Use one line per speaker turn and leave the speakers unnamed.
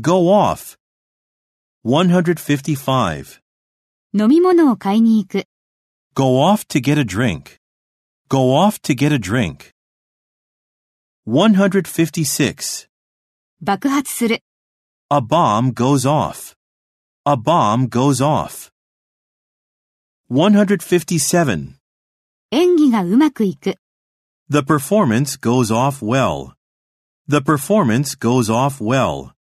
Go off. 155.
飲み物を買いに行く。
Go off to get a drink. Go off to get a drink. 156.
爆発する。
A bomb goes off. A bomb goes off. 157.
演技がうまくいく。
The performance goes off well. The performance goes off well.